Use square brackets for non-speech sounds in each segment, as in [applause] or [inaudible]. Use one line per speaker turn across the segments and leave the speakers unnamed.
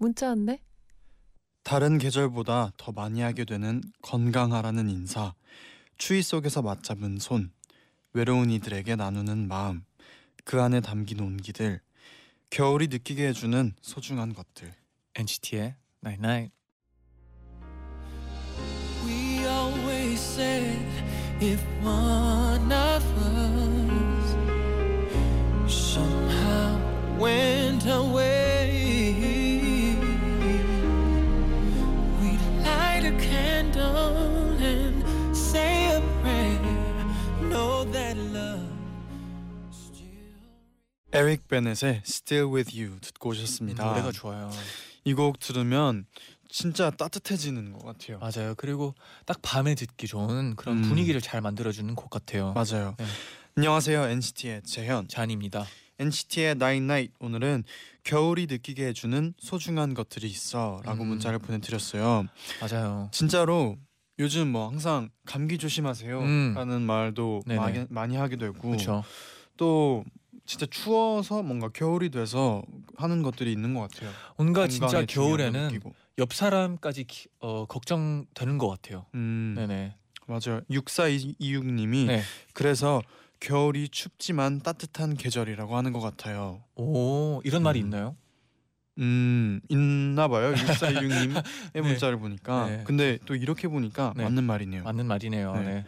문자 왔네.
다른 계절보다 더 많이 하게 되는 건강하라는 인사, 추위 속에서 맞잡은 손, 외로운 이들에게 나누는 마음, 그 안에 담긴 온기들, 겨울이 느끼게 해주는 소중한 것들.
NCT의 Night Night.
We always said if one of us somehow went away, we'd light a candle and say a prayer. Know that love still.
에릭 베넷의 Still With You 듣고 오셨습니다.
음, 노래가 좋아요.
이 곡 들으면 진짜 따뜻해지는 것 같아요.
맞아요. 그리고 딱 밤에 듣기 좋은 그런
음.
분위기를 잘 만들어주는 곡 같아요.
맞아요.
네.
안녕하세요 NCT의 재현.
잔입니다.
NCT의 Nine Night 오늘은 겨울이 느끼게 해주는 소중한 것들이 있어라고
음.
문자를 보내드렸어요.
맞아요.
진짜로 요즘 뭐 항상 감기 조심하세요라는 말도
음. 네네.
많이, 많이 하게 되고
그렇죠.
또 진짜 추워서 뭔가 겨울이 돼서 하는 것들이 있는 것 같아요.
뭔가
건강에
그러니까 진짜
중요함을
겨울에는
느끼고.
옆 사람까지 기- 어, 걱정되는 것 같아요.
음,
네네.
맞아요. 6426님이
네.
그래서 겨울이 춥지만 따뜻한 계절이라고 하는 것 같아요.
오 이런 말이
음.
있나요?
음 있나 봐요 6426님의
[laughs] 네.
문자를 보니까
네.
근데 또 이렇게 보니까
네.
맞는 말이네요
맞는 말이네요.
네.
네.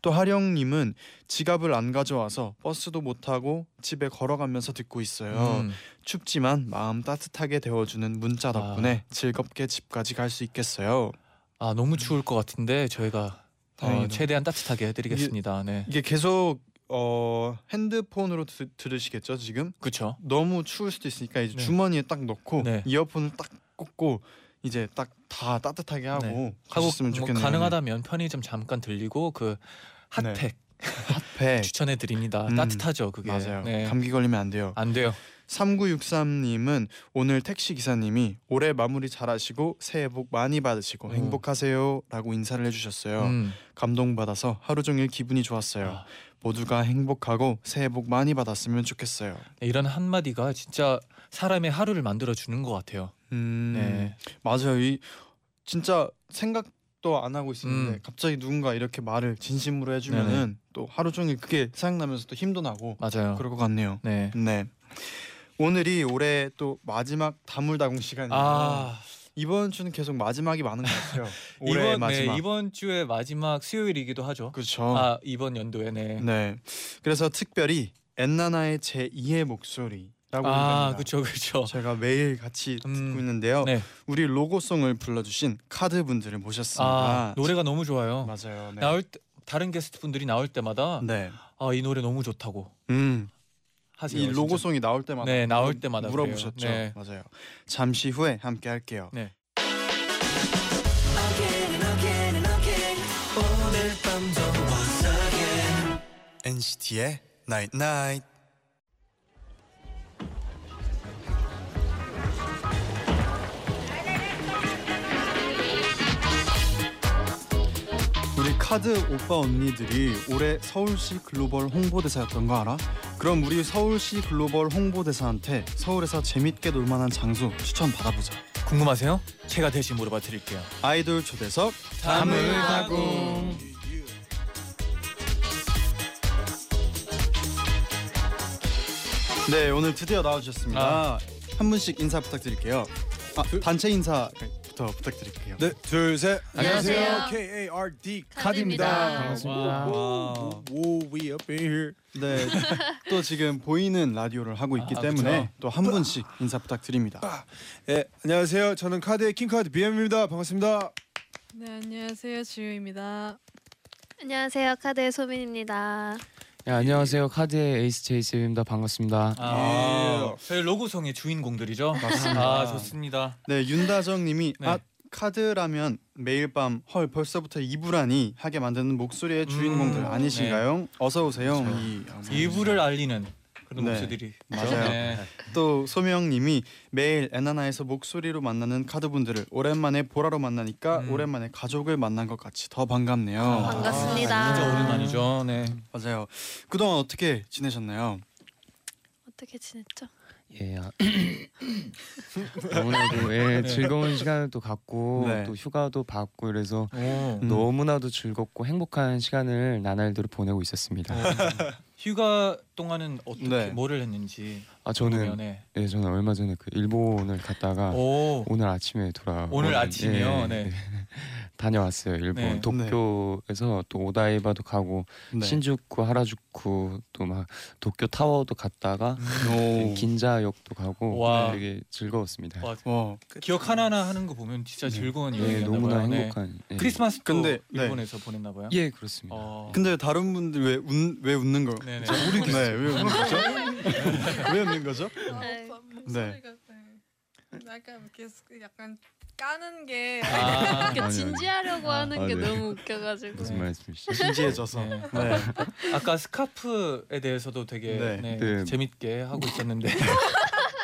또 하령님은 지갑을 안 가져와서 버스도 못 타고 집에 걸어가면서 듣고 있어요
음.
춥지만 마음 따뜻하게 데워주는 문자 덕분에 즐겁게 집까지 갈 수 있겠어요
아 너무 추울 것 같은데 저희가 어,
다행이다.
최대한 따뜻하게 해드리겠습니다. 네.
아, 이게 계속 어, 핸드폰으로 드, 들으시겠죠 지금
그렇죠.
너무 추울 수도 있으니까 이제
네.
주머니에 딱 넣고
네.
이어폰을 딱 꽂고 이제 딱 다 따뜻하게 하고
네. 하고
가셨으면
뭐
좋겠네요 네.
가능하다면 편의점 잠깐 들리고 그 핫팩
배
추천해 드립니다.
네. 음,
따뜻하죠 그게.
맞아요.
네.
감기 걸리면 안 돼요.
안 돼요.
3963님은 오늘 택시 기사님이 올해 마무리 잘하시고 새해 복 많이 받으시고
오.
행복하세요라고 인사를 해주셨어요.
어. 음.
감동받아서 하루 종일 기분이 좋았어요.
아,
모두가 행복하고 새해 복 많이 받았으면 좋겠어요.
이런 한 마디가 진짜 사람의 하루를 만들어 주는 것 같아요.
음,
네.
맞아요. 이 진짜 생각도 안 하고 있었는데
음.
갑자기 누군가 이렇게 말을 진심으로 해주면은 또 하루 종일 그게 생각나면서 또 힘도 나고
맞아요.
그럴 것 같네요.
네.
네. 오늘이 올해 또 마지막 다물다공 시간이에요.
아
이번 주는 계속 마지막이 많은 것
[laughs]
같아요. 올해
이번
마지막.
네, 이번 주의 마지막 수요일이기도 하죠.
그렇죠.
아 이번 연도에 네.
네. 그래서 특별히 엔나나의 제 2의 목소리라고
아
합니다.
그렇죠 그렇죠.
제가 매일 같이
음,
듣고 있는데요.
네.
우리 로고송을 불러주신 카드 분들을 모셨습니다.
아 노래가 너무 좋아요.
맞아요. 네.
나올 때, 다른 게스트분들이 나올 때마다
네.
아 이 노래 너무 좋다고
음.
하세요.
이
진짜.
로고송이 나올 때마다
네, 나올 때마다
물어보셨죠.
그래요. 네.
맞아요. 잠시 후에 함께 할게요.
네.
Again and again and again 오늘 밤도 once again
NCT의 Night Night. 우리 카드 오빠 언니들이 올해 서울시 글로벌 홍보대사였던 거 알아? 그럼 우리 서울시 글로벌 홍보대사한테 서울에서 재밌게 놀만한 장소 추천 받아보자.
궁금하세요? 제가 대신 물어봐 드릴게요.
아이돌 초대석
다물다궁.
네 오늘 드디어 나와주셨습니다
아.
한 분씩 인사 부탁드릴게요 아, 단체 인사부터 부탁드릴게요
네, 둘, 셋.
안녕하세요.
KARD
카드입니다.
반갑습니다.
아.
오, 오, we up in here.
네또 지금 보이는 라디오를 하고 있기
아,
때문에
그쵸.
또 한 분씩 인사 부탁드립니다
예, 안녕하세요. 저는 카드의 킹카드 BM입니다. 반갑습니다.
네 안녕하세요 지우입니다.
안녕하세요 카드의 소민입니다.
네, 안녕하세요. 카드의 에이스 제이셉입니다. 반갑습니다.
아, 저희 로고송의 주인공들이죠.
예. 맞습니다.
아 좋습니다.
네 윤다정님이
네.
아 카드라면 매일 밤 헐 벌써부터 이브라니 하게 만드는 목소리의 주인공들
음,
아니신가요? 어서 오세요.
그렇죠.
이-
이불을 알리는 그런
네.
목소들이 네.
맞아요. 네. 또 소명님이 매일 에나나에서 목소리로 만나는 카드분들을 오랜만에 보라로 만나니까
음.
오랜만에 가족을 만난 것 같이 더 반갑네요.
어. 반갑습니다.
아, 진짜 오랜만이죠. 네.
맞아요. 그동안 어떻게 지내셨나요?
어떻게 지냈죠?
예. 아, 너무나도 예,
네.
즐거운 시간을 또 갖고
네.
또 휴가도 받고 이래서
오.
음.
너무나도 즐겁고 행복한 시간을 나날대로 보내고 있었습니다.
네. 휴가 동안은 어떻게
네.
뭐를 했는지
아 저는
네.
예, 저는 얼마 전에 그 일본을
아.
갔다가
오.
오늘 아침에 돌아
오늘 아침이요. 네.
[laughs] 다녀왔어요.
네.
일본 도쿄에서 또 오다이바도 가고
네.
신주쿠, 하라주쿠 또 막 도쿄 타워도 갔다가
오.
긴자역도 가고
와.
되게 즐거웠습니다.
와,
와.
기억 하나하나 하는 거 보면 진짜
네.
즐거운
예,
여행이었나
너무나
봐요. 네.
행복한. 예.
크리스마스 도
근데, 네.
일본에서 보냈나 봐요.
예, 그렇습니다.
어.
근데 다른 분들 왜웃왜 웃는 거?
네네.
네, 왜 웃는 거죠? 왜 웃는 거죠?
네.
어, 목소리가 네. 약간 계속 약간 까는 게
아,
아니,
그러니까
아니.
진지하려고
아,
하는
아,
게
네.
너무
[laughs]
웃겨가지고
무슨 말씀이시죠?
진지해져서.
네.
네.
아까 스카프에 대해서도 되게
네.
네.
네.
재밌게 하고
[laughs]
있었는데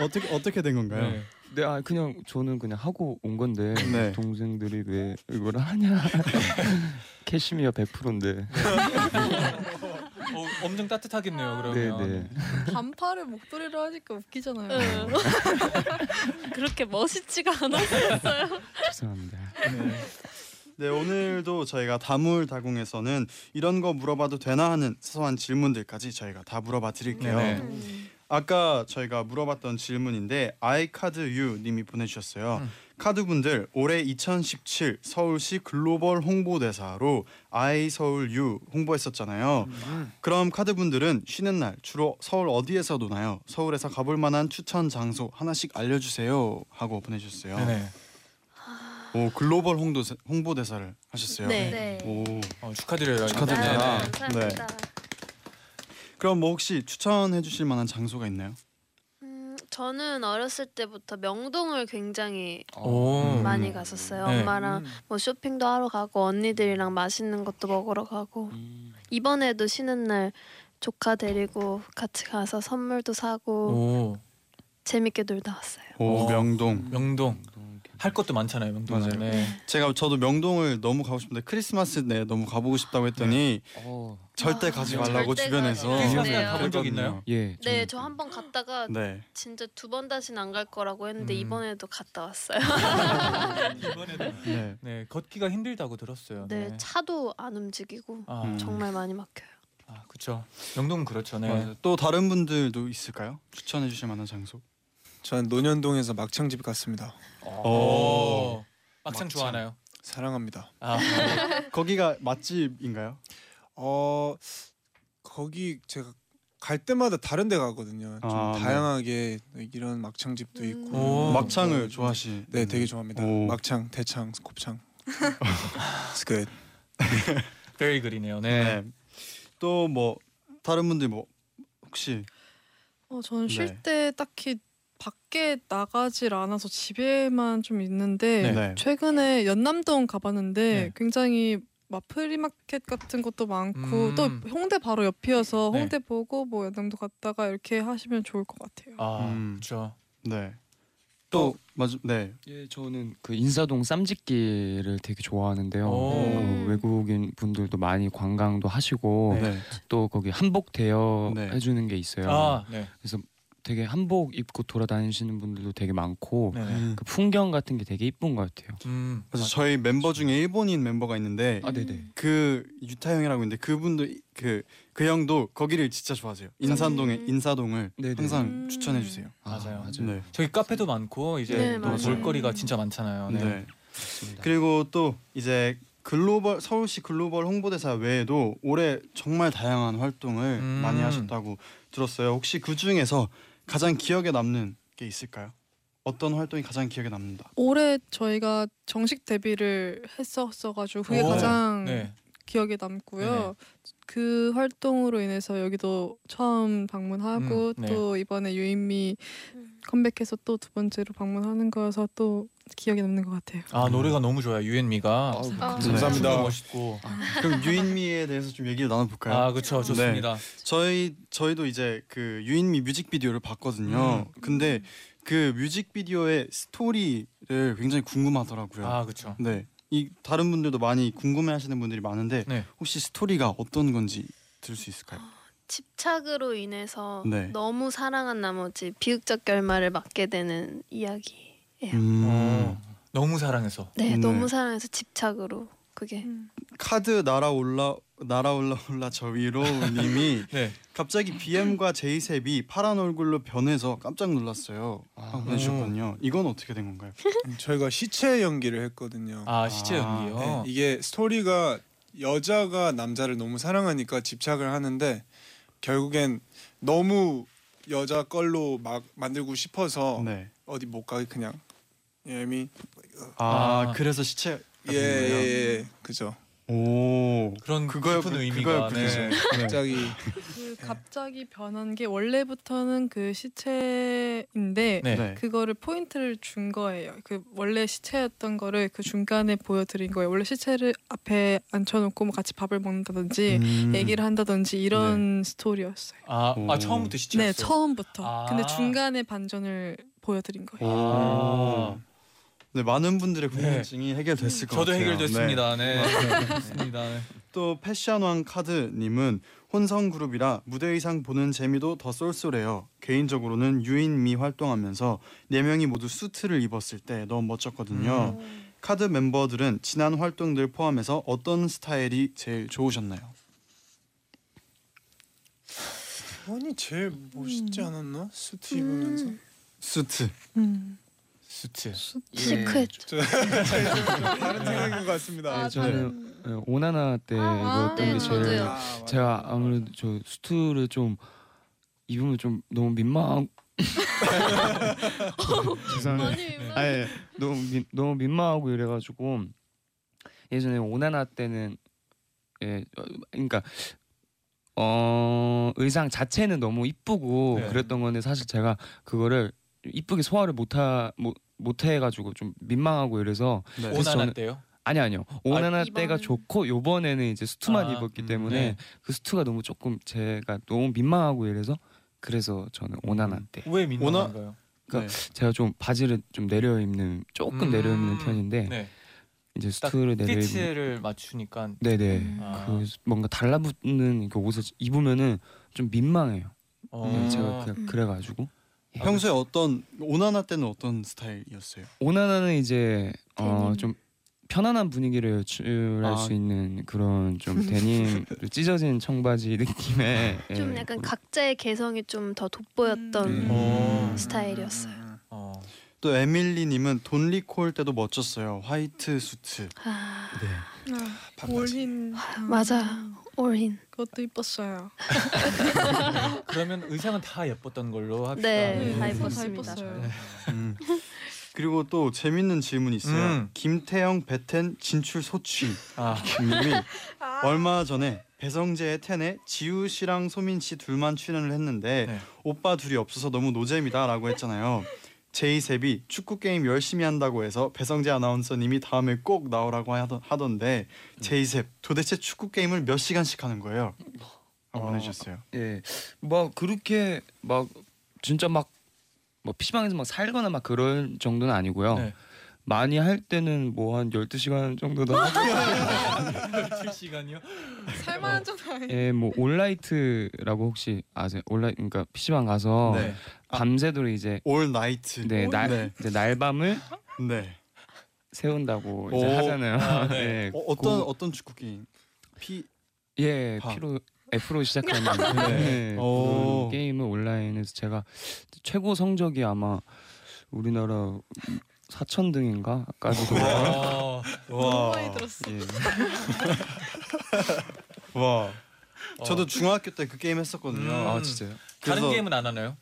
어떻게 어떻게 된 건가요?
네.
네, 아 그냥 저는 그냥 하고 온 [laughs] 건데
네.
동생들이 왜 이걸 하냐? [laughs] 캐시미어 100%인데.
어, 엄청 따뜻하겠네요.
네,
그러면
네.
반팔을 목도리로 하니까 웃기잖아요.
응. [laughs] 그렇게 멋있지가 않았어요.
죄송합니다.
네. 네 오늘도 저희가 다물다공에서는 이런 거 물어봐도 되나 하는 사소한 질문들까지 저희가 다 물어봐 드릴게요.
네네.
음.
아까 저희가 물어봤던 질문인데 아이카드유 님이 보내주셨어요.
음.
카드분들 올해 2017 서울시 글로벌 홍보대사로 아이서울유 홍보했었잖아요.
음.
그럼 카드분들은 쉬는 날 주로 서울 어디에서 노나요? 서울에서 가볼 만한 추천 장소 하나씩 알려주세요 하고 보내주셨어요.
네네.
오 글로벌 홍도 홍보대사를 하셨어요.
네.
오
어, 축하드려요.
축하드립니다.
네, 네.
아, 감사합니다.
그럼 뭐 혹시 추천해주실 만한 장소가 있나요?
음, 저는 어렸을 때부터 명동을 굉장히
아.
어,
어.
오.
많이 갔었어요.
음. 네.
음,
엄마랑 뭐 쇼핑도 하러 가고 언니들이랑 맛있는 것도 먹으러 가고 이번에도 쉬는 날 조카 데리고 같이 가서 선물도 사고
오.
재밌게 놀다 왔어요.
오
어.
명동.
명동 할 것도 많잖아요. 명동은.
맞아요.
네.
제가 저도 명동을 너무 가고 싶은데 크리스마스 내 너무 가보고 싶다고 했더니
어.
절대
아,
가지
절대
말라고
가지
주변에서
크리스마스 날
가본 적 있나요?
예.
네,
저는
저 한 번 갔다가
네.
진짜 두 번 다신 안 갈 거라고 했는데
음.
이번에도 갔다 왔어요.
이번에도
네.
네 걷기가 힘들다고 들었어요.
네, 차도 안 움직이고
아,
음.
정말 많이 막혀요.
아 그렇죠. 명동은 그렇죠. 네.
맞아요. 어, 또 다른 분들도 있을까요? 추천해 주실 만한 장소?
전 논현동에서 막창집 갔습니다.
오. 어. 막창
막창.
좋아하나요?
사랑합니다.
아,
거기가 맛집인가요?
어 거기 제가 갈 때마다 다른 데 가거든요. 좀
아, 네.
다양하게 이런 막창집도 있고 뭐
오.
막창을 좋아하시?
어. 네, 되게 좋아합니다.
오.
막창, 대창,
[laughs]
곱창. It's good.
very good이네요. 네.
네. 또 뭐 다른 분들 뭐 혹시
어, 저는 쉴
네.
때 딱히 밖에 나가질 않아서 집에만 좀 있는데
네. 네.
최근에 연남동 가봤는데
네.
굉장히 막 프리마켓 같은 것도 많고
음.
또 홍대 바로 옆이어서
네.
홍대 보고 뭐 연남동 갔다가 이렇게 하시면 좋을 것 같아요.
아
음.
그렇죠.
네. 또 맞아 네.
예, 저는 그 인사동 쌈짓기를 되게 좋아하는데요.
오.
그 외국인 분들도 많이 관광도 하시고
네.
또 거기 한복 대여
네.
해주는 게 있어요.
아 네.
되게 한복 입고 돌아다니시는 분들도 되게 많고
네. 네.
음.
그 풍경 같은 게 되게 이쁜 것 같아요.
음.
그래서 저희 멤버 중에 일본인 멤버가 있는데
아, 네네.
그 유타 형이라고 있는데 그분도 그 그 형도 거기를 진짜 좋아하세요. 인산동에
음.
인사동을
네네.
항상
음.
추천해 주세요.
아,
맞아요.
맞아요.
네.
저기 카페도 많고 이제
네,
또
맞아요.
볼거리가 진짜 많잖아요. 네.
네. 그리고 또 이제 글로벌 서울시 글로벌 홍보대사 외에도 올해 정말 다양한 활동을
음.
많이 하셨다고 들었어요. 혹시 그 중에서 가장 기억에 남는 게 있을까요? 어떤 활동이 가장 기억에 남는다?
올해 저희가 정식 데뷔를 했었어가지고 그게
오.
가장
음.
네.
기억에 남고요. 그 활동으로 인해서 여기도 처음 방문하고
음, 네.
또 이번에 유인미
음.
컴백해서 또 두 번째로 방문하는 거여서 또 기억에 남는 것 같아요.
아 노래가 너무 좋아요. 유엔미가 네.
감사합니다.
멋있고.
아, 그럼 유인미에 대해서 좀 얘기를 나눠볼까요?
아 그렇죠 좋습니다.
네. 저희 저희도 이제 그 유인미 뮤직비디오를 봤거든요.
음.
근데 그 뮤직비디오의 스토리를 굉장히 궁금하더라고요.
아 그렇죠.
네, 이 다른 분들도 많이 궁금해하시는 분들이 많은데
네.
혹시 스토리가 어떤 건지 들 수 있을까요?
집착으로 인해서
네.
너무 사랑한 나머지 비극적 결말을 맞게 되는 이야기예요.
음,
어, 너무 사랑해서.
네,
네.
너무 사랑해서 집착으로 그게
음,
카드 날아올라 날아올라 올라 저 위로님이 [laughs]
네.
갑자기 BM과 제이셉이 파란 얼굴로 변해서 깜짝 놀랐어요. 아, 보내주셨거든요. 이건 어떻게 된 건가요?
음, 저희가 시체 연기를 했거든요.
아 시제 연기요.
어.
네, 이게 스토리가 여자가 남자를 너무 사랑하니까 집착을 하는데 결국엔 너무 여자 걸로 막 만들고 싶어서
네.
어디 못 가게 그냥 예미
아,
아.
그래서 시체.
예예 예, 예. 그죠
오.
그런
그거야
깊은
그-
의미가
아,
그거야
네.
그거죠.
갑자기
그 갑자기 변한 게 원래부터는 그 시체인데
네.
네.
그거를 포인트를 준 거예요. 그 원래 시체였던 거를 그 중간에 보여드린 거예요. 원래 시체를 앞에 앉혀놓고 뭐 같이 밥을 먹는다든지
음.
얘기를 한다든지 이런 스토리였어요.
아, 아
오.
처음부터 시체였어요.
네 처음부터.
아.
근데 중간에 반전을 보여드린 거예요.
어. 아.
네, 많은 분들의 궁금증이 해결됐을 것
저도
그렇죠.
같아요.
해결됐습니다. 네. 맞습니다. 네.
네. 또 패션왕 카드님은 혼성 그룹이라 무대 의상 보는 재미도 더 쏠쏠해요. 개인적으로는 유인미 활동하면서 네 명이 모두 수트를 입었을 때 너무 멋졌거든요. 카드 멤버들은 지난 활동들 포함해서 어떤 스타일이 제일 좋으셨나요?
원이 제일
음.
멋있지 않았나 수트 입으면서
수트.
음.
수트.
네.
시크했죠.
다른 생각인 것 같습니다.
아,
저는 예, 오나나 때
아,
입었던
네,
게 제일
저도요.
아,
제가 아무래도 저 수트를 좀 입으면 좀 너무 민망 [laughs] 죄송해요.
많이
뭐
민망.
아, 예. 너무 민, 너무 민망하고 이래가지고 예전에 오나나 때는 예 어, 그러니까 어 의상 자체는 너무 이쁘고
네.
그랬던 건데 사실 제가 그거를 이쁘게 소화를 못하 뭐, 못 못해가지고 좀 민망하고 이래서
네.
그래서
오나나
저는-
때요?
아니 아니요 오나나
이번-
때가 좋고 요번에는 이제 수트만
아,
입었기
음,
때문에
네.
그 수트가 너무 조금 제가 너무 민망하고 이래서 그래서 저는 오나나 때
왜 민망한가요?
그러니까 제가 좀 바지를 좀 내려 입는 조금
음.
내려 입는 편인데
네.
이제
딱
수트를 내려 입는
스티치를 맞추니까
네네
아.
그 뭔가 달라붙는 그 옷을 입으면은 좀 민망해요
어.
네, 제가
음.
그, 그래가지고
평소에 어떤 오나나 때는 어떤 스타일이었어요?
오나나는 이제
데님.
어좀 편안한 분위기를 연출할
아.
수 있는 그런 좀 데님 찢어진 청바지 느낌의
아.
좀
예,
약간 각자의 개성이 좀 더 돋보였던
음.
어.
스타일이었어요.
어.
또 에밀리님은 돈리콜 때도 멋졌어요. 화이트 수트.
아,
아, 올인 아,
맞아. 올인.
그것도 이뻤어요.
그러면 의상은 다 예뻤던 걸로 합시다.
네, 다
네,
예뻤습니다.
이뻤어요.
음. 그리고 또 재밌는 질문이 있어요.
음.
김태형 배텐 진출 소취
아,
님이 얼마 전에 배성재의 텐에 지우 씨랑 소민 씨 둘만 출연을 했는데
네.
오빠 둘이 없어서 너무 노잼이다라고 했잖아요. 제이셉이 축구 게임 열심히 한다고 해서 배성재 아나운서님이 다음에 꼭 나오라고 하던, 하던데 제이셉 도대체 축구 게임을 몇 시간씩 하는 거예요? 아,
어.
보내주셨어요.
예, 막 그렇게 막 진짜 막뭐 PC방에서 막 살거나 막 그런 정도는 아니고요. [laughs]
네.
많이 할 때는 뭐 한 12시간 정도도 하고
아. 칠 시간이요?
살만한 정도 아니에요.
예, 뭐 온라이트라고 혹시 아세요? 온라이 그러니까 PC방 가서
네. 아.
밤새도록 이제
올 나이트.
네, 날
네.
이제 날밤을
네.
세운다고 이제
오.
하잖아요.
아, 네.
[laughs] 예,
어, 어떤
고-
어떤 축구 게임? 피
예,
아.
피로 F로 시작하는 네.
오.
그 게임을 온라인에서 제가 최고 성적이 아마 우리나라 4천 등인가까지도
와.
너무 많이 들었어.
예.
와.
어.
저도 중학교 때 그 게임 했었거든요.
음.
아 진짜요?
다른
그래서-
게임은 안 하나요?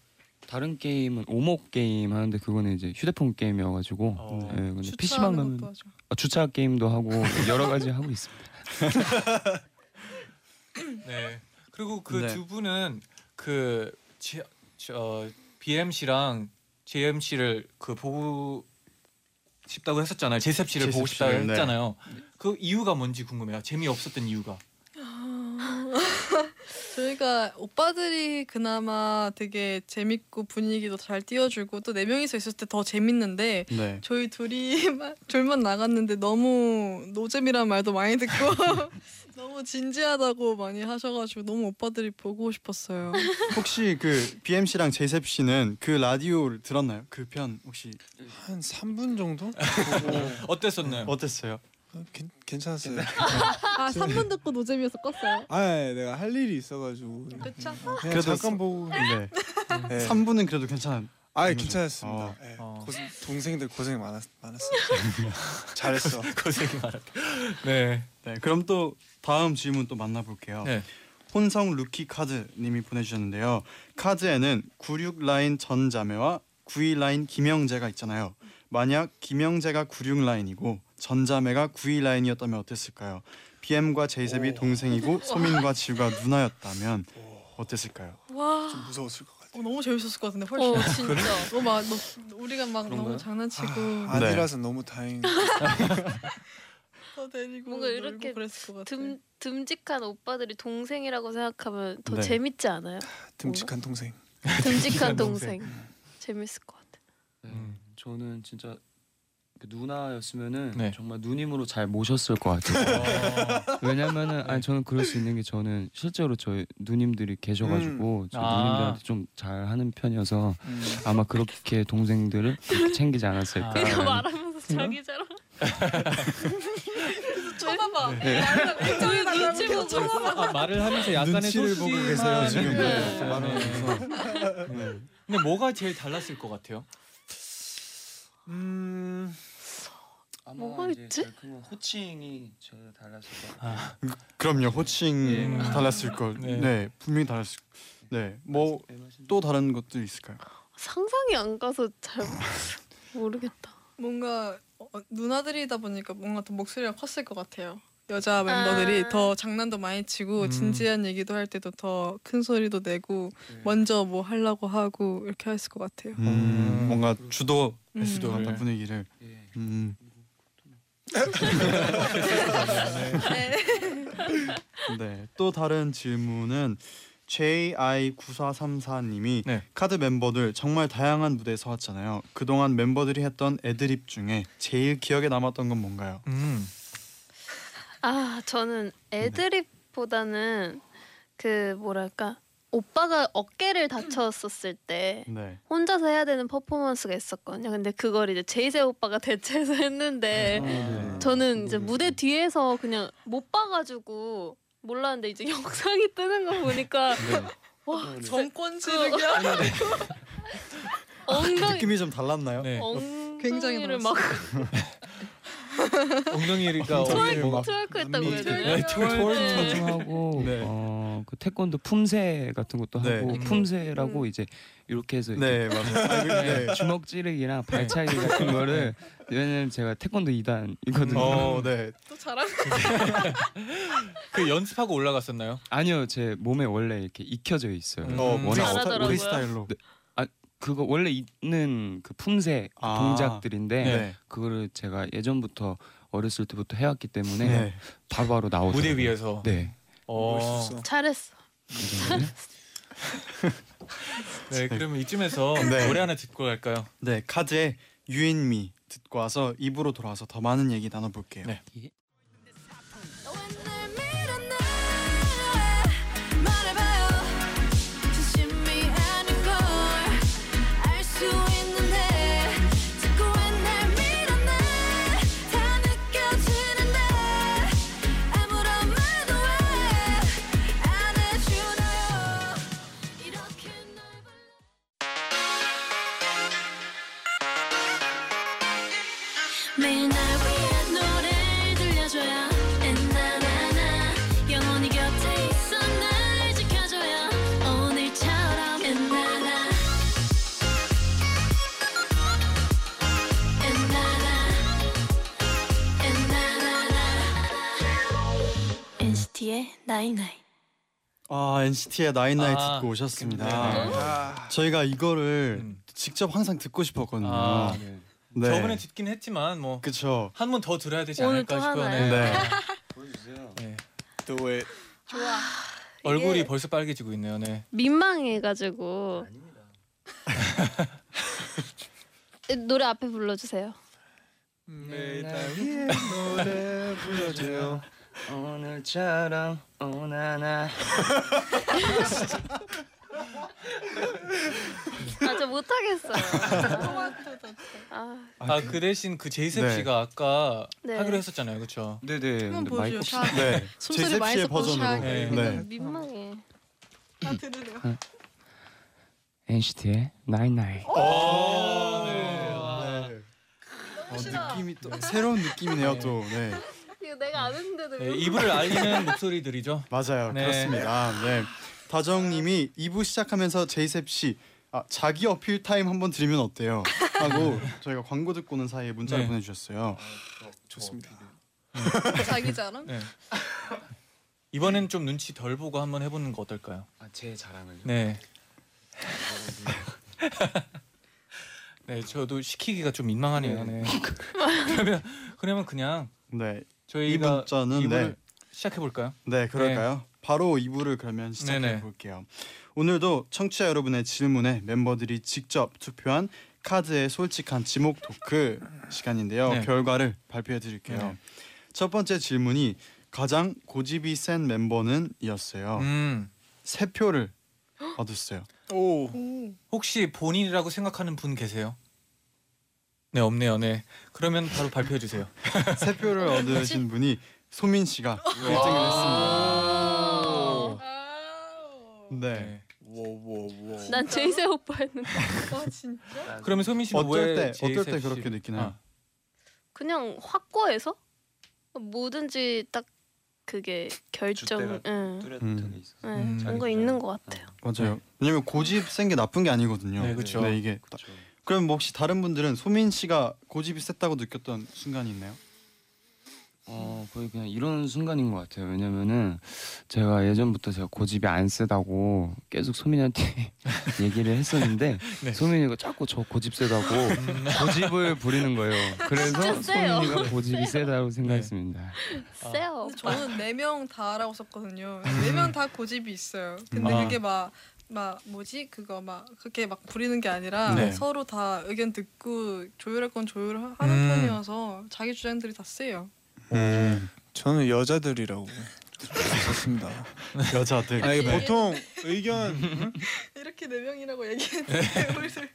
다른 게임은 오목 게임 하는데 그거는 이제 휴대폰 게임이어가지고
어.
예, 근데 PC방
주차하는
가면
것도 하죠.
아, 주차 게임도 하고 여러 가지 하고 있습니다.
네. 그리고 그
네.
두 분은 그 지, 저, BMC랑 JMC를 그 보고 싶다고 했었잖아요. 제셉 씨를 보고
제셉
싶다고
씨를, 네.
했잖아요. 그 이유가 뭔지 궁금해요. 재미없었던 이유가.
저희가 오빠들이 그나마 되게 재밌고 분위기도 잘 띄워주고 또 네 명이서 있을 때 더 재밌는데
네.
저희 둘이 막 졸만 나갔는데 너무 노잼이란 말도 많이 듣고 너무 진지하다고 많이 하셔가지고 너무 오빠들이 보고 싶었어요.
혹시 그 BMC랑 제셉 씨는 그 라디오를 들었나요? 그 편 혹시
한 3분 정도? [laughs]
어땠었나요?
어땠어요?
괜- 괜찮았어요.
아 3분 듣고 노잼이어서 껐어요.
아, 예, 내가 할 일이 있어가지고
그쵸?
그냥
그래도
잠깐 보고.
네.
예.
3분은 그래도 괜찮은.
아, 예,
보면서.
괜찮았습니다.
어.
예.
어.
고생, 동생들 고생 많았 많았어요. 잘했어.
고생이 많았다. 네.
네. 그럼 또 다음 질문 또 만나볼게요.
네.
혼성 루키 카드 님이 보내주셨는데요. 카드에는 96 라인 전 자매와 92 라인 김영재가 있잖아요. 만약 김영재가 96 라인이고 전 자매가 92 라인이었다면 어땠을까요? BM과 제이셉이 동생이고 소민과 지우가 누나였다면 어땠을까요?
와
좀 무서웠을 것 같아.
어, 너무 재밌었을 것 같은데 훨씬.
어 진짜.
너무 막 너- 우리가 막
그런가요?
너무 장난치고
네.
아니라서 너무 다행.
더 데리고
뭔가
놀고
이렇게
그랬을 것 같아.
듬 듬직한 오빠들이 동생이라고 생각하면 더
네.
재밌지 않아요?
듬직한 동생.
듬직한
동생.
동생. 재밌을 것 같아.
음.
네. 저는 진짜 그 누나였으면은
네.
정말 누님으로 잘 모셨을 것 같아요. [laughs]
어,
왜냐면은 아니 저는 그럴 수 있는 게 저는 실제로 저희 누님들이 계셔가지고 저희
아.
누님들한테 좀 잘하는 편이어서
음.
아마 그렇게 동생들을 그렇게 챙기지 않았을까.
아.
이거 말하면서 자기 자랑.
쳐다봐.
네.
눈치 보고 있어.
아, [laughs] 말을 하면서 약간의
눈치를 보고
소심한-
계세요, 지금.
네.
말하면서.
네. 근데 뭐가 제일 달랐을 것 같아요?
음.
뭐가 이제 있지? 제일
그 호칭이 뭐 제일 달랐을 것 같아요.
아,
그럼요. 호칭
예.
달랐을 걸.
네.
네. 분명히 달랐을. 네. 뭐 또 다른 것도 있을까요?
상상이 안 가서 잘 모르겠다.
뭔가 어, 누나들이다 보니까 뭔가 더 목소리가 컸을 것 같아요. 여자 멤버들이 더 장난도 많이 치고
음.
진지한 얘기도 할 때도 더 큰 소리도 내고
네.
먼저 뭐 하려고 하고 이렇게 했을 것 같아요.
음,
음.
뭔가 주도
음.
주도한
네.
분위기를. 음. 네. 또 다른 질문은 JI9434님이
네.
카드 멤버들 정말 다양한 무대에서 왔잖아요. 그동안 멤버들이 했던 애드립 중에 제일 기억에 남았던 건 뭔가요?
음.
아 저는 애드립보다는 그 뭐랄까 오빠가 어깨를 다쳤었을 때
네.
혼자서 해야 되는 퍼포먼스가 있었거든요. 근데 그걸 이제 제이세 오빠가 [laughs] 대체해서 했는데
어, 네. 음.
저는 이제 무대 뒤에서 그냥 못 봐가지고 몰랐는데 이제 [laughs] 영상이 뜨는 거 보니까 와
정권 지르기야.
엉덩이
느낌이 좀 달랐나요?
네.
어,
굉장히
엉덩이를 막
그러니까
엉덩이가
트월크
막
트월크 했다고 해야 되나?
네, 트월크.
네.
좀
[laughs]
하고
네.
어, 그 태권도 품새 같은 것도
네.
하고
음.
품새라고 이제 이렇게 해서 이제
네, 맞아요. 네.
주먹 찌르기랑 발차기 같은 거를 왜냐면 제가 태권도
음.
2단이거든요.
어, 네.
또 잘하는
그 연습하고 올라갔었나요?
아니요, 제 몸에 원래 이렇게 익혀져 있어요.
음.
어,
워낙
잘하더라고요.
우리 스타일로.
네. 그거 원래 있는 그 품새
아.
동작들인데
네.
그거를 제가 예전부터 어렸을 때부터 해왔기
네.
때문에 바로바로
어,
나오죠.
무대 위에서.
네.
어.
멋있었어.
잘했어.
네, 그러면 이쯤에서
[laughs] 네.
노래 하나 듣고 갈까요?
네, 카드의 유인미 듣고 와서 입으로 돌아와서 더 많은 얘기 나눠 볼게요.
네.
매일 날 위한 노래를 들려줘요 엔나나나 영원히 곁에 있어 날 지켜줘요 오늘처럼 엔나나 NCT의 나이나이
아 NCT의 나인나이
아,
듣고 오셨습니다.
네.
아,
저희가 이거를
음.
직접 항상 듣고 싶었거든요.
아,
네.
네.
저번에 듣긴 했지만 뭐
그쵸.
한 번 더 들어야 되지
오늘
않을까
또
싶어요.
하나요?
네.
[laughs]
네.
do it.
좋아.
얼굴이
이게-
벌써 빨개지고 있네요. 네.
민망해가지고. [laughs] 노래 앞에 불러주세요.
매일 다 위에 노래 불러줘요.
오늘처럼 오나나
아 저 못하겠어요. [laughs] 아,
아 그 대신 그 제이셉
네.
씨가 아까
네.
하기로 했었잖아요, 그렇죠?
네네
한번 보여줘요. 다,
[laughs]
네.
숨소리
제이셉
많이
씨의
썼던
버전으로.
샥.
네.
네.
민망해.
다 들으래요.
NCT의 나잇나잇
어?
오, 네. 와.
네. 어, 느낌이 또
네.
새로운 느낌이네요 또. 네.
이거 내가 안 했는데도.
네, 이불을 알리는 목소리들이죠.
맞아요.
네.
그렇습니다. 네. 다정님이 2부 시작하면서 제이셉 씨 아, 자기 어필 타임 한번 드리면 어때요?
[laughs]
하고 저희가 광고 듣고 오는 사이에 문자를
네.
보내주셨어요.
좋습니다.
자기 자랑?
[laughs]
네. 이번엔 좀 눈치 덜 보고 한번 해보는 거 어떨까요?
제 자랑을요?
네. [laughs] 네, 저도 시키기가 좀 민망하네요. [laughs] 네. 그러면 그러면 그냥
네. 이
저희가
문자는 네.
이불을 시작해 볼까요?
네, 그럴까요? 바로 2부를 그러면 시작해
네네.
볼게요. 오늘도 청취자 여러분의 질문에 멤버들이 직접 투표한 카드의 솔직한 지목 토크 시간인데요.
네.
결과를 발표해 드릴게요.
네.
첫 번째 질문이 가장 고집이 센 멤버는 이었어요.
음.
세 표를 얻었어요.
오.
오.
혹시 본인이라고 생각하는 분 계세요? 네, 없네요. 네. 그러면 바로 발표해 주세요.
세 표를 얻으신 분이 소민 씨가 1등을 했습니다.
아우.
[laughs] 네.
워워워.
난 제이세 오빠 했는데.
와 진짜?
그러면 소민 씨는
어떨
뭐 왜
때
JSFC?
어떨 때 그렇게 느끼나요?
아,
그냥 확고해서 뭐든지 딱 그게 결정. 응.
음.
네.
응.
음.
뭔가 있는 것 같아요.
맞아요. 왜냐면 고집 센 게 나쁜 게 아니거든요.
네, 그쵸.
네, 이게 딱- 그럼 뭐 혹시 다른 분들은 소민 씨가 고집이 셌다고 느꼈던 순간이 있나요?
어 거의 그냥 이런 순간인 것 같아요. 왜냐면은 제가 예전부터 제가 그 고집이 안 세다고 계속 소민이한테 [laughs] 얘기를 했었는데
네.
소민이가 자꾸 저그 고집 세다고 그 고집을 부리는 거예요. 그래서
진짜 세요.
소민이가
[laughs]
그 고집이 세다고 생각했습니다.
아.
세요.
근데 저는 네 명 다라고 썼거든요. 네 명 다 고집이 있어요. 근데
아.
그게 막 막 뭐지 그거 막 그렇게 막 부리는 게 아니라
네.
서로 다 의견 듣고 조율할 건 조율하는
음.
편이어서 자기 주장들이 다 세요.
저는 여자들이라고 썼습니다.
여자들.
아 이게
네.
보통 의견
이렇게 네 명이라고 얘기했는데 [laughs] 우리들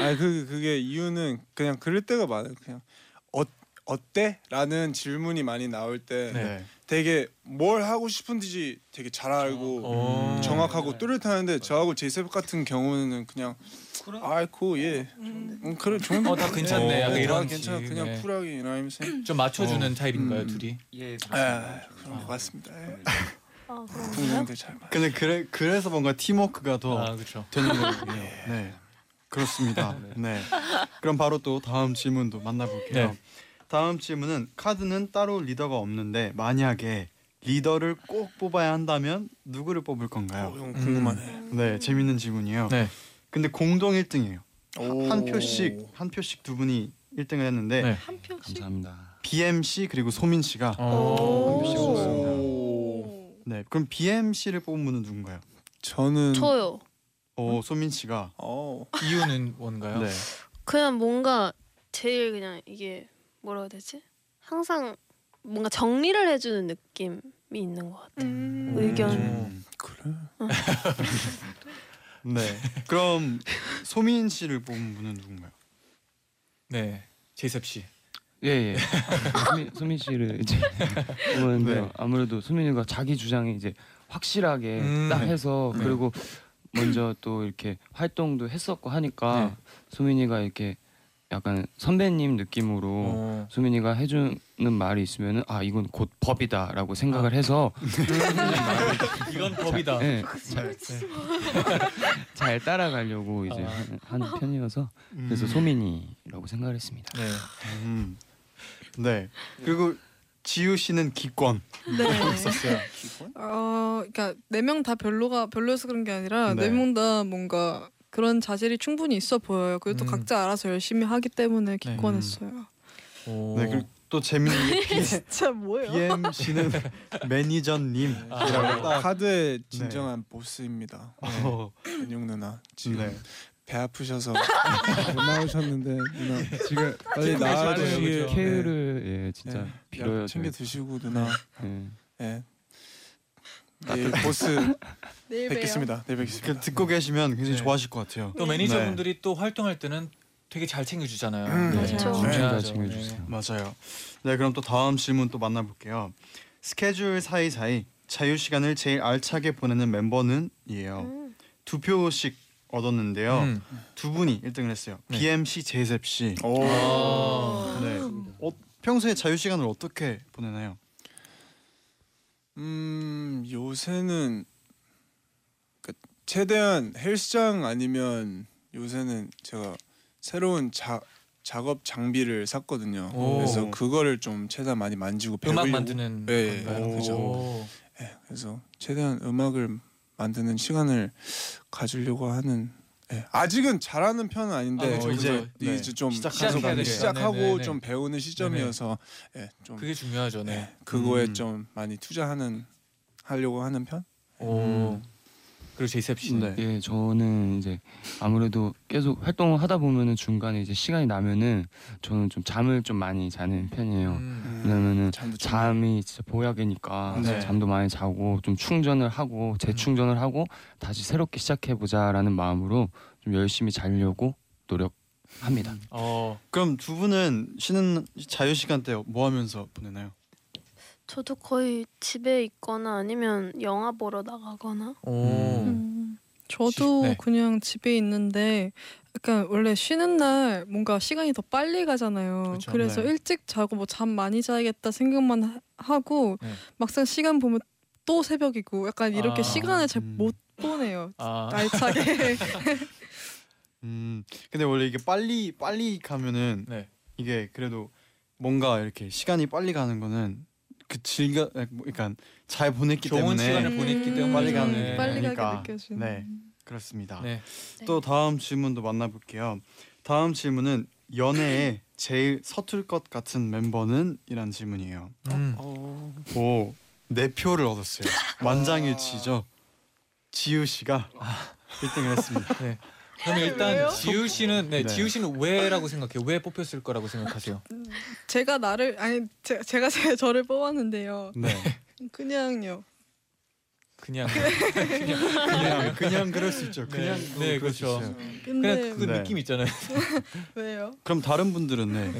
아그 그게 이유는 그냥 그럴 때가 많아요. 그냥 어 어때?라는 질문이 많이 나올 때
네.
되게 뭘 하고 싶은지 되게 잘 알고
음.
어.
정확하고 뚜렷하는데 저하고 제이셉 같은 경우는 그냥 아이고 예
음,
음, 그래 좋은
어, 다 괜찮네. 약간
어,
이런
다 괜찮아
지-
그냥
네.
쿨하게 이나임쌤
좀 맞춰주는
어.
타입인가요,
음.
둘이?
예,
아, 그런 것 같습니다. 예.
아, 그런가요?
동생들 잘 봐.
근데 그래 그래서 뭔가 팀워크가 더
아, 그렇죠.
되는 거군요. 네. 그렇습니다. 네. 그럼 바로 또 다음 질문도 만나볼게요.
네.
다음 질문은 카드는 따로 리더가 없는데 만약에 리더를 꼭 뽑아야 한다면 누구를 뽑을
어,
건가요?
형 궁금하네.
네, 재밌는 질문이에요.
네.
근데 공동 1등이에요.
오.
한 표씩 한 표씩 두 분이 1등을 했는데
네.
한 표씩.
감사합니다.
BM 씨 그리고 소민 씨가
어.
오.
오.
네 그럼 BM 씨를 뽑은 분은 누군가요?
저는
저요.
어 소민 씨가
어.
이유는 뭔가요?
네
그냥 뭔가 제일 그냥 이게 뭐라 해야 되지? 항상 뭔가 정리를 해주는 느낌이 있는 것 같아요.
음.
의견.
음,
그래.
[laughs] 네 그럼 소민 씨를 뽑은 분은 누군가요?
네. 제이셉 씨.
예, 예. 소민, 소민 씨를 이제 보는데
네.
아무래도 소민이가 자기 주장이 이제 확실하게
음.
딱 해서
네.
그리고 먼저 또 이렇게 활동도 했었고 하니까
네.
소민이가 이렇게 약간 선배님 느낌으로
어.
소민이가 해주는 말이 있으면은 아 이건 곧 법이다라고 생각을 해서
이건 아, 법이다. [laughs] 네.
예, 잘, 잘 따라가려고 이제
아. 음.
하는- 하는 편이어서 그래서 소민이라고 생각을 했습니다.
네.
음. 네 음, 그리고 지우 씨는 기권 [laughs]
네.
있었어요.
어, 그러니까 네 명 다 별로가 별로여서 그런 게 아니라
네.
네 명 다 뭔가 그런 자질이 충분히 있어 보여요. 그리고 또
음.
각자 알아서 열심히 하기 때문에 기권했어요.
오.
네, 그리고 또 재밌는 게
음. [laughs] 네. 진짜 뭐예요?
BM 씨는 매니저님.
아, 카드의 진정한 보스입니다.
어,
은용 누나 지금
네.
배 아프셔서 [laughs] 못 나오셨는데 누나 지금 빨리 나와 주시길
케이를 예 진짜
네.
빌어요.
챙겨
저희.
드시고 누나
예.
예. 내일 보스 네.
내일 봬요.
뵙겠습니다. 내일
그
뵙겠습니다.
듣고 계시면 굉장히
네.
좋아하실 것 같아요.
또 매니저분들이 또 활동할 때는 되게 잘 챙겨주잖아요.
음,
네.
맞아요.
엄청 잘
중요하죠.
챙겨주세요.
맞아요. 네, 그럼 또 다음 질문 또 만나볼게요. 스케줄 사이사이 자유 시간을 제일 알차게 보내는 멤버는 이에요.
음.
두 표씩 얻었는데요.
음.
두 분이 1등을 했어요.
네.
BM 씨, 제셉 씨.
오.
어. 네. 어, 평소에 자유 시간을 어떻게 보내나요?
음 요새는 그 최대한 헬스장 아니면 요새는 제가 새로운 자, 작업 장비를 샀거든요.
오.
그래서 그거를 좀 최대한 많이 만지고
음악
배우려고.
만드는
예,
건가요?
예, 그죠.
오.
예, 그래서 최대한 음악을 만드는 시간을 가지려고 하는. 예, 아직은 잘하는 편은
아,
아닌데
그쵸,
이제
그쵸.
네.
이제 좀
시작해야
계속
되니까.
시작하고
네, 네, 네.
좀 배우는 시점이어서 예, 좀
그게 중요하죠. 네.
예, 그거에
음.
좀 많이 투자하는 하려고 하는 편.
오. 그리고 제이셉 씨.
네.
예, 저는 이제 아무래도 계속 활동을 하다 보면은 중간에 이제 시간이 나면은 저는 좀 잠을 좀 많이 자는 편이에요.
음.
왜냐면은
잠도 좀
잠이 진짜 보약이니까
네.
잠도 많이 자고 좀 충전을 하고 재충전을 하고 다시 새롭게 시작해 보자라는 마음으로 좀 열심히 자려고 노력합니다.
어.
그럼 두 분은 쉬는 자유 시간 때 뭐 하면서 보내나요?
저도 거의 집에 있거나 아니면 영화 보러 나가거나
오.
음, 저도
네.
그냥 집에 있는데 약간 원래 쉬는 날 뭔가 시간이 더 빨리 가잖아요.
그쵸,
그래서
네.
일찍 자고 뭐 잠 많이 자야겠다 생각만 하- 하고
네.
막상 시간 보면 또 새벽이고 약간 이렇게
아,
시간을 잘
음.
못 보내요.
아. [laughs]
알차게.
음, 근데 원래 이게 빨리 빨리 가면은
네.
이게 그래도 뭔가 이렇게 시간이 빨리 가는 거는 그 즐겨 그러니까 잘 보냈기
좋은
때문에
시간을 보냈기 때문에
빨리 가는
네.
음. 빨리
그러니까.
가게 느껴지는.
네. 그렇습니다.
네.
또 다음 질문도 만나볼게요. 다음 질문은 연애에 제일 서툴 것 같은 멤버는 이란 질문이에요.
음.
어,
오, 네 표를 얻었어요. 만장일치죠. 지우 씨가 1등을 했습니다.
네. 그럼 일단
왜요?
지우 씨는 네,
네.
지우 씨는 왜라고 생각해요? 왜 뽑혔을 거라고 생각하세요?
제가 나를 아니 제, 제가 [laughs] 제 저를 뽑았는데요.
네.
그냥요.
그냥
그냥 그냥 그럴 수 있죠. 그냥
네,
그럴
그렇죠.
수 있어요.
근데
그냥 그
네.
느낌 있잖아요.
왜요?
그럼 다른 분들은 네.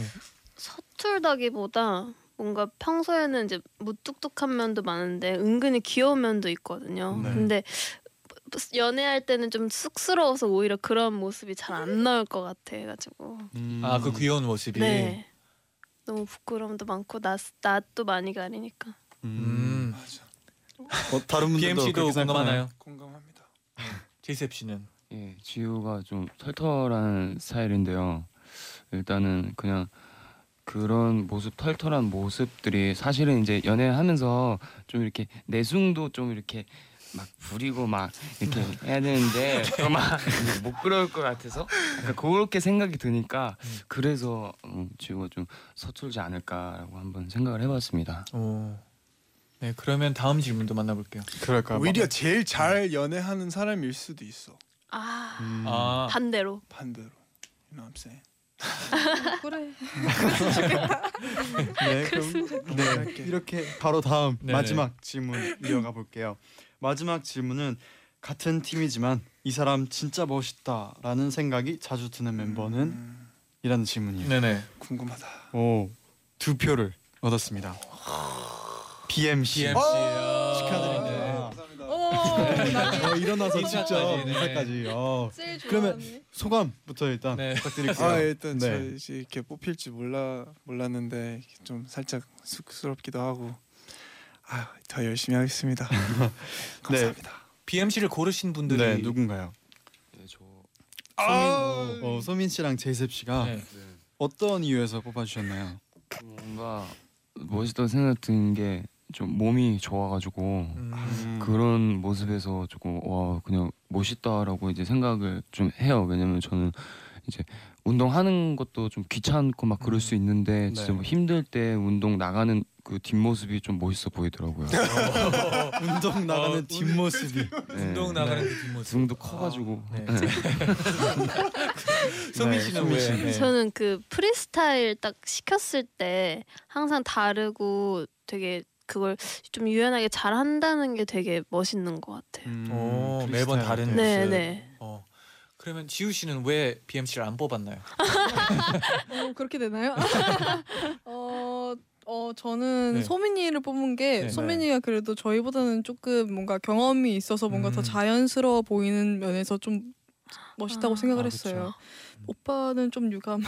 서툴다기보다 뭔가 평소에는 이제 무뚝뚝한 면도 많은데 은근히 귀여운 면도 있거든요.
네.
근데 연애할 때는 좀 쑥스러워서 오히려 그런 모습이 잘 안 나올 것 같아 가지고
음.
아 그 귀여운 모습이.
네 너무 부끄러움도 많고 낯낯도 많이 가리니까
음.
음.
어, 다른 분들도
BMC도
그렇게 생각하나요?
공감하나요?
공감합니다.
제이셉 씨는.
예, 지우가 좀 털털한 스타일인데요. 일단은 그냥 그런 모습 털털한 모습들이 사실은 이제 연애하면서 좀 이렇게 내숭도 좀 이렇게 막 부리고 막 이렇게 해야 되는데 막못 그럴 것 같아서 약간 그렇게 생각이 드니까 그래서 음, 지우가 좀 서툴지 않을까라고 한번 생각을 해봤습니다.
오. 네 그러면 다음 질문도 만나볼게요.
어. 그럴까요?
오히려 제일 잘 연애하는 사람일 수도 있어.
아
음.
아
반대로
반대로. You know what I'm saying?
그래. [laughs]
네, 그럼 네, 이렇게 바로 다음
네네.
마지막 질문 이어가 볼게요. 마지막 질문은 같은 팀이지만 이 사람 진짜 멋있다라는 생각이 자주 드는 멤버는
음,
이라는 질문이에요.
네네.
궁금하다.
오, 두 표를 얻었습니다. BMC.
BMC.
아,
아. 네.
축하드립니다.
어,
감사합니다.
나
어, 일어나서
인사까지,
직접
네.
인사까지. 어.
제일 좋아하는.
그러면 소감부터 일단
네.
부탁드릴게요.
아
네.
일단 저 이제 이렇게 뽑힐지 몰라 몰랐는데 좀 살짝 쑥스럽기도 하고 아더 열심히 하겠습니다. 감사합니다.
네. BMC를 고르신 분들이 아!
네, 누군가요?
네, 저
소민, 어, 소민 씨랑 제이셉 씨가
네.
어떤 이유에서 뽑아주셨나요?
뭔가 멋있다 생각 드는 게 좀 몸이 좋아가지고
음.
그런 모습에서 조금 와 그냥 멋있다라고 이제 생각을 좀 해요. 왜냐면 저는 이제 운동하는 것도 좀 귀찮고 막 그럴 수 있는데 진짜 뭐 힘들 때 운동 나가는 그 뒷모습이 좀 멋있어 보이더라고요.
[laughs] 운동 나가는
어,
뒷모습이
[laughs] 운동
네.
나가는 그 뒷모습.
[laughs] 등도 커가지고
아, 네.
네.
아. 소민
네,
씨는
소민
왜?
씨.
네.
저는 그 프리스타일 딱 시켰을 때 항상 다르고 되게 그걸 좀 유연하게 잘 한다는 게 되게 멋있는 것 같아요.
음,
오, 음, 매번 다른
네,
모습.
네.
어. 그러면 지우 씨는 왜 BMC를 안 뽑았나요?
어, 그렇게 되나요? [laughs] 어, 어 저는
네.
소민이를 뽑은 게
네.
소민이가 그래도 저희보다는 조금 뭔가 경험이 있어서 뭔가 더
음.
자연스러워 보이는 면에서 좀 멋있다고
아.
생각을
아, 그쵸.
했어요. 오빠는 좀 유감.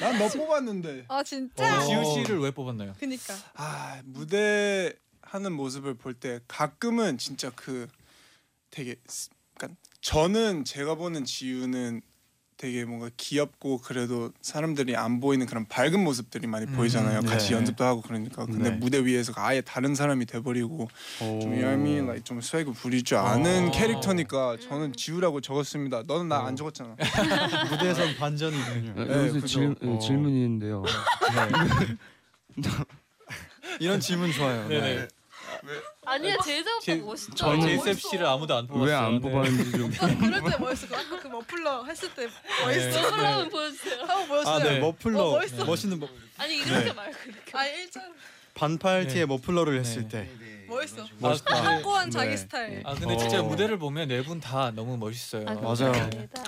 난 너 뽑았는데.
아
어,
진짜?
지우 씨를 왜 뽑았나요?
그니까.
아 무대 하는 모습을 볼 때 가끔은 진짜 그 되게 스- 약간 저는 제가 보는 지유는 되게 뭔가 귀엽고 그래도 사람들이 안 보이는 그런 밝은 모습들이 많이
음,
보이잖아요.
네.
같이 연습도 하고 그러니까 근데
네.
무대 위에서가 아예 다른 사람이 돼버리고 좀 열미 like, 좀 스웨그 부릴 줄 아는
어.
캐릭터니까 저는 지유라고 적었습니다. 너는 나 안 적었잖아.
네.
무대에선 반전이 있군요.
[laughs] 네,
네,
여기서
그죠.
질,
어.
문이 있는데요.
이런 질문 좋아요.
네네.
아니야 제이제 오빠
제-
멋있죠.
저희
저는-
제이셉 씨를 아무도 안 뽑았어요.
왜
네.
안 뽑았는지 좀
아, 그럴 때 멋있을 거 아까 그 머플러 했을 때
네.
멋있어.
한번 보여주세요.
하고 보였어요.
아,
아,
네. 머플러.
어, 멋있어.
멋있는 머-
아니 이렇게 말고 이렇게. 아,
일절
반팔
네.
티에 머플러를 했을
네.
때
멋있어.
아,
멋있다.
근데-
확고한 자기
네.
스타일.
아 근데 진짜
어.
무대를 보면 네 분 다 너무 멋있어요.
맞아요.
네, 감사합니다.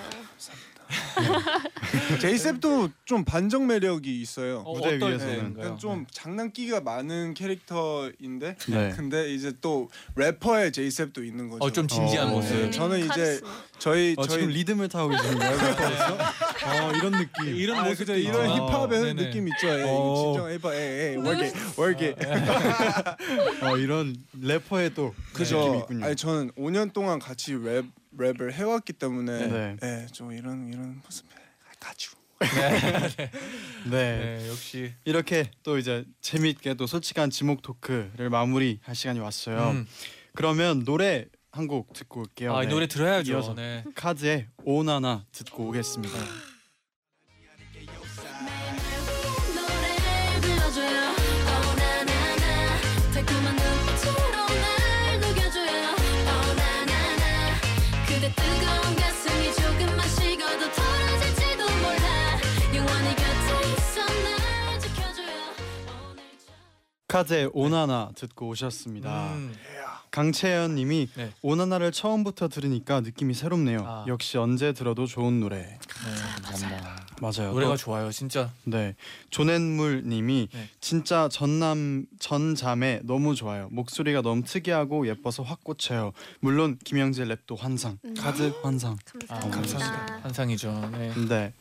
제이셉도 좀 반전 매력이 있어요.
어,
무대
어떨
위에서는.
때인가요? 네.
약간 좀 장난기가 많은 캐릭터인데
네.
근데 이제 또 래퍼의 제이셉도 있는 거죠.
어, 좀 진지한
어,
모습.
네. 저는 이제
카리스마.
저희
어,
저희 네.
지금
[laughs]
리듬을 타고 계시는 거예요? 래퍼로서? 어, 이런 느낌.
이런
아,
모습도
그죠. 이런
있지만.
힙합의
네네. 네.
느낌 있죠. 예,
어.
진정 힙합. 예, 예. 월게 월게.
아,
[laughs] 어, 이런 래퍼의 또 느낌이
그죠.
있군요.
네. 아니 저는 5년 동안 같이 랩 랩을 해왔기 때문에
네.
예, 좀 이런 이런 모습 아, 가지고.
네.
네 역시.
이렇게 또 이제 재미있게 또 솔직한 지목 토크를 마무리할 시간이 왔어요.
음.
그러면 노래 한 곡 듣고 올게요.
아이
네.
노래 들어야죠.
이어서.
네.
카드의 오나나 듣고 오겠습니다.
노래를 불러줘요 어, 오나나나 달콤한 눈빛으로 날 녹여줘요 어, 오나나나 그대 뜨거운 가슴이 조금만 식어도 덜어질지도 몰라 영원히 곁에 있어 날 지켜줘요 오늘처럼
카드의 오나나 듣고 오셨습니다.
음.
강채연님이
네.
오나나를 처음부터 들으니까 느낌이 새롭네요.
아.
역시 언제 들어도 좋은 노래.
감사합니다.
맞아요.
네. 노래가
또-
좋아요 진짜.
네 조넷물님이
네.
진짜 전남 전자매 너무 좋아요. 목소리가 너무 특이하고 예뻐서 확 꽂혀요. 물론 김영재 랩도 환상.
음.
카드 환상.
감사합니다.
환상이죠. 네.
네.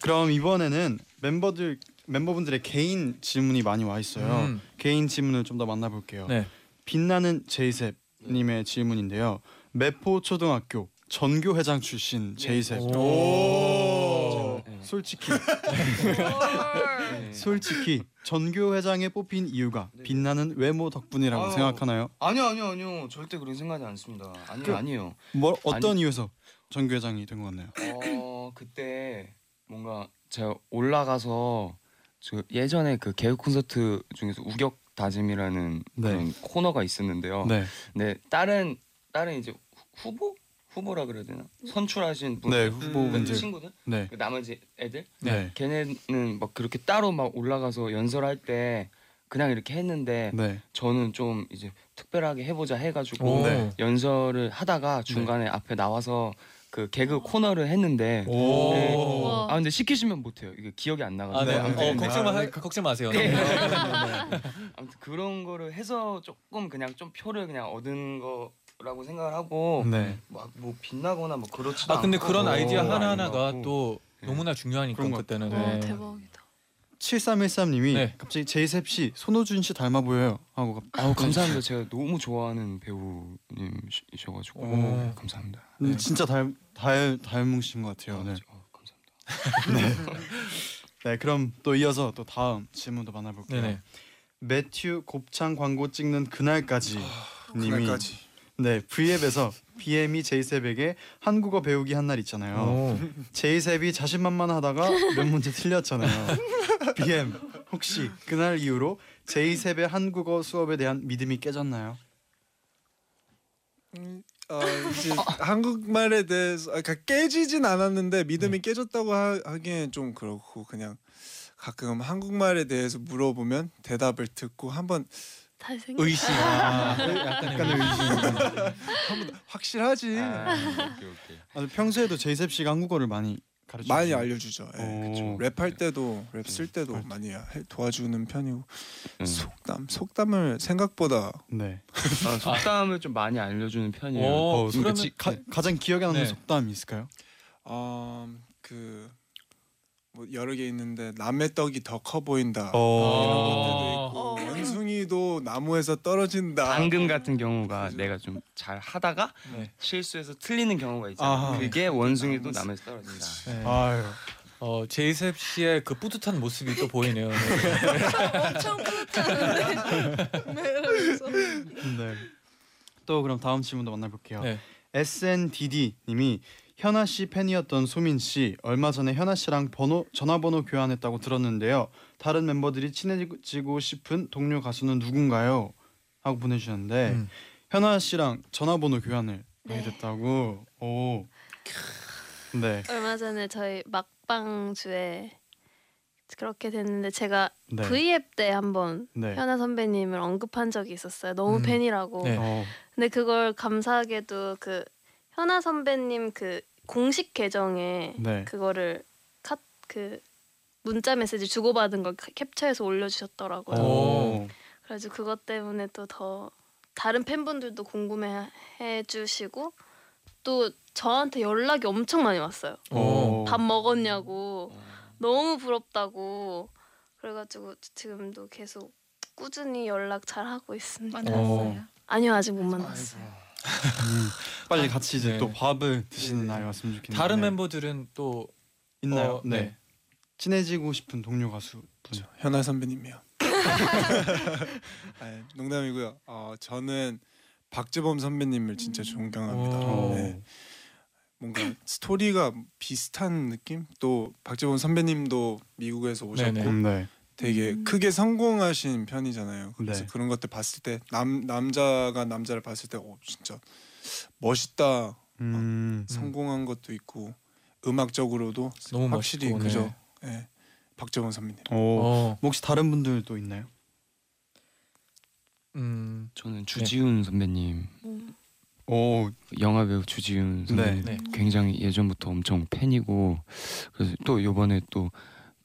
그럼 이번에는 멤버들 멤버분들의 개인 질문이 많이 와 있어요.
음.
개인 질문을 좀 더 만나볼게요.
네.
빛나는 제이셉 님의 질문인데요. 매포 초등학교 전교 회장 출신 제이셉.
오.
네.
솔직히
헐.
솔직히 전교 회장에 뽑힌 이유가 빛나는 외모 덕분이라고
아유.
생각하나요?
아니요 아니요 아니요 절대 그런 생각이 안 씁니다. 아니요 아니요.
뭐 어떤 이유에서 전교 회장이 된 것 같나요?
어 그때 뭔가 제가 올라가서 저 예전에 그 개그 콘서트 중에서 우격 다짐이라는
네.
그런 코너가 있었는데요.
네.
네 다른 다른 이제 후- 후보 후보라 그래야 되나 선출하신 분
네,
그
후보분들.
친구들
네.
그 나머지 애들
네.
걔네는 막 그렇게 따로 막 올라가서 연설할 때 그냥 이렇게 했는데
네.
저는 좀 이제 특별하게 해보자 해가지고
오.
네.
연설을 하다가 중간에 앞에 나와서 그 개그 코너를 했는데
오.
네.
우와.
아 근데 시키시면 못해요. 이게 기억이 안 나가지고.
아 네.
네, 네,
어,
네.
걱정 마 걱정 마세요. 네. [laughs]
아무튼 그런 거를 해서 조금 그냥 좀 표를 그냥 얻은 거라고 생각을 하고
네.
막 뭐 빛나거나 뭐 그렇지도
아 근데
않고
그런 아이디어
뭐
하나 하나가
아닌 것 같고.
또
네.
너무나 중요하니까
그런 것
그때는.
와
네.
어, 대박이다.
7313님이
네.
갑자기 제이셉 씨, 손호준 씨 닮아 보여요. 하고 갑-
아우
그렇죠.
감사합니다. 제가 너무 좋아하는 배우님이셔가지고
오.
감사합니다.
네.
네.
음, 진짜 닮, 닮, 닮으신 것 같아요.
아,
네.
어, 감사합니다.
네, 그럼 또 이어서 또 다음 질문도 만나볼게요.
네네.
매튜 곱창 광고 찍는 그날까지 님이
아, 그날까지
네 V앱에서 BM이 제이셉에게 한국어 배우기 한 날 있잖아요.
오.
제이셉이 자신만만하다가 몇 문제 틀렸잖아요. BM 혹시 그날 이후로 제이셉의 한국어 수업에 대한 믿음이 깨졌나요?
어, 이제 한국말에 대해서 아, 그러니까 깨지진 않았는데
네.
믿음이 깨졌다고 하, 하기엔 좀 그렇고 그냥 가끔 한국말에 대해서 물어보면 대답을 듣고 한번
잘생겼.
의심. 아, 약간의 의심.
확실하지
아, 오케이, 오케이.
아, 평소에도 제이셉 씨가 한국어를 많이 가르쳐
많이 알려주죠. 예,
그렇죠. 오, 네.
그쵸. 랩할 때도 랩 쓸 때도
그렇죠.
많이 해- 도와주는 편이고
음.
속담 속담을 생각보다
네.
아, 속담을 좀 많이 알려주는 편이에요.
오.
어, 그러면
그러면-
지, 가, 가장 기억에 남는
네.
속담이 있을까요?
음, 어그뭐 여러 개 있는데 남의 떡이 더 커 보인다.
어.
어.
어, 원숭이도 나무에서 떨어진다.
방금 같은 경우가
그죠.
내가 좀 잘 하다가
네.
실수해서 틀리는 경우가 있잖아.
아하.
그게 원숭이도
나머지-
남에서 떨어진다.
네.
아유.
어 제이셉 씨의 그 뿌듯한 모습이 또 보이네요. 네.
엄청 뿌듯하는데 매라면서
네. 또 그럼 다음 질문도 만나볼게요.
네.
SNDD 님이 현아 씨 팬이었던 소민 씨 얼마 전에 현아 씨랑 번호 전화번호 교환했다고 들었는데요. 다른 멤버들이 친해지고 싶은 동료 가수는 누군가요? 하고 보내주셨는데
음.
현아 씨랑 전화번호 교환을
네.
하게 됐다고. 오. 네.
얼마 전에 저희 막방 주에 그렇게 됐는데 제가
네.
V앱 때 한번
네.
현아 선배님을 언급한 적이 있었어요. 너무
음.
팬이라고.
네.
어.
근데 그걸 감사하게도 그 현아 선배님 그 공식 계정에
네.
그거를 카 그 문자 메시지 주고받은 걸 캡- 캡처해서 올려주셨더라고요.
오.
그래서 그것 때문에 또 더 다른 팬분들도 궁금해 해주시고 또 저한테 연락이 엄청 많이 왔어요.
오.
밥 먹었냐고
어.
너무 부럽다고 그래가지고 지금도 계속 꾸준히 연락 잘 하고 있습니다.
만났어요?
아니요 아직 못 만났어요.
음. 빨리 같이 이제
네.
또 밥을 드시는
네.
날이 왔으면 좋겠네요.
다른
네.
멤버들은 또
있나요?
어,
네.
네.
친해지고 싶은 동료 가수 분.
저, 그렇죠. 현아 선배님이요. 아, 농담이고요. 어, 저는 박재범 선배님을 진짜 존경합니다.
어.
오.
네. 뭔가 스토리가 비슷한 느낌? 또 박재범 선배님도 미국에서 오셨고
네네.
음, 네.
되게 크게 성공하신 편이잖아요. 그래서
네.
그런 것들 봤을 때 남 남자가 남자를 봤을 때 어, 진짜 멋있다.
음.
성공한 것도 있고 음악적으로도
너무
확실히
멋있고, 네.
그죠. 예. 박재범 선배님.
오.
어,
혹시 다른 분들도 있나요?
음,
네.
저는 주지훈 선배님,
오.
영화 배우 주지훈 선배님
네.
굉장히 예전부터 엄청 팬이고 그래서 또 이번에 또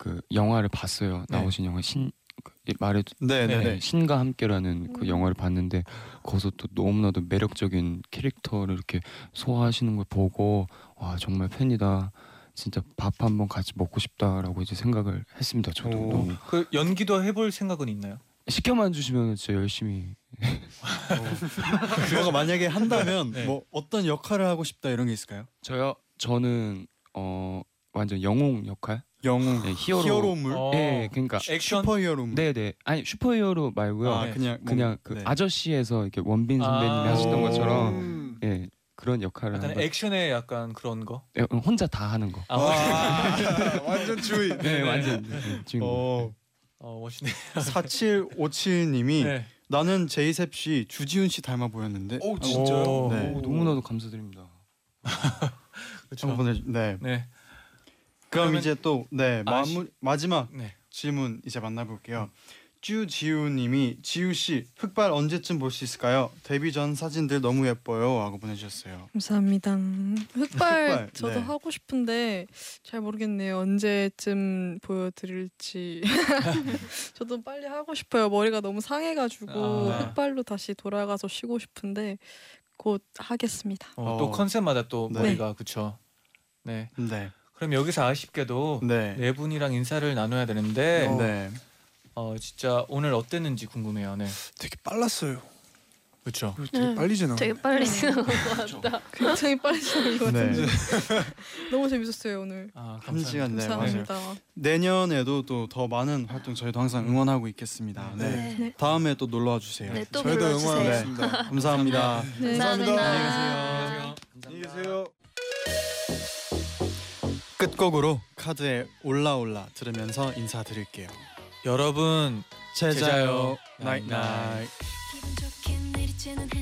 그 영화를 봤어요.
네.
나오신 영화 신 그, 말해도
네, 네,
네.
네.
신과 함께라는 그
음.
영화를 봤는데 거기서 또 너무나도 매력적인 캐릭터를 이렇게 소화하시는 걸 보고 와 정말 팬이다. 진짜 밥 한번 같이 먹고 싶다라고 이제 생각을 했습니다. 저도
오.
너무
그 연기도 해볼 생각은 있나요?
시켜만 주시면 진짜 열심히
어. 그거가 만약에 한다면
네.
뭐 어떤 역할을 하고 싶다 이런 게 있을까요?
저요 저는 어 완전 영웅 역할
영웅,
네, 히어로,
히어로물,
어.
예 그러니까
액션.
슈퍼히어로물.
네네 아니 슈퍼히어로 말고요
아,
네.
그냥 뭔-
그냥 그
네. 아저씨에서
아저씨에서 이렇게 원빈 선배님이
아.
하셨던 것처럼
음.
예 그런 역할을
약간
한번-
액션의 약간 그런 거.
예, 혼자 다 하는 거
아,
[laughs]
와, 완전 주의.
네, 완전 네, 지금
어,
어 멋있네.
4757님이
네.
나는 제이셉 씨, 주지훈 씨 닮아 보였는데.
오
진짜요?
오, 네.
오, 너무나도 감사드립니다.
한번
그렇죠.
보내 네.
네.
그럼
그러면-
이제 또 네,
아,
마무 마지막
네.
질문 이제 만나볼게요. 쭈지우님이 지우 씨 흑발 언제쯤 볼 수 있을까요? 데뷔 전 사진들 너무 예뻐요 하고 보내주셨어요.
감사합니다.
흑발,
흑발 저도
네.
하고 싶은데 잘 모르겠네요. 언제쯤 보여드릴지. [laughs] 저도 빨리 하고 싶어요. 머리가 너무 상해가지고
아, 네.
흑발로 다시 돌아가서 쉬고 싶은데 곧
[laughs]
하겠습니다.
어,
어.
또 컨셉마다 또
네.
머리가 그렇죠. 네.
네,
그럼 여기서 아쉽게도
네,
네 어, 분이랑 인사를 나눠야 되는데
네.
어 진짜 오늘 어땠는지 궁금해요. 네.
되게 빨랐어요.
그렇죠.
되게
네.
빨리 지나.
되게 빨리 지나간 것 같다.
굉장히 빨리 지나간 것
네.
같은데 너무 재밌었어요 오늘.
아,
한
감사합니다.
시간 네 맞아요.
감사합니다.
내년에도 또 더 많은 활동 저희도 항상
음.
응원하고 있겠습니다. 네.
네. 네.
다음에 또 놀러 와 주세요.
네.
또
저희도
불러주세요. [laughs]
응원하겠습니다.
감사합니다.
네.
감사합니다.
안녕히 계세요.
끝곡으로 카드에 올라올라 들으면서 인사드릴게요.
여러분
제자요
제자요.
나잇나잇
기분 좋게 내리치는 해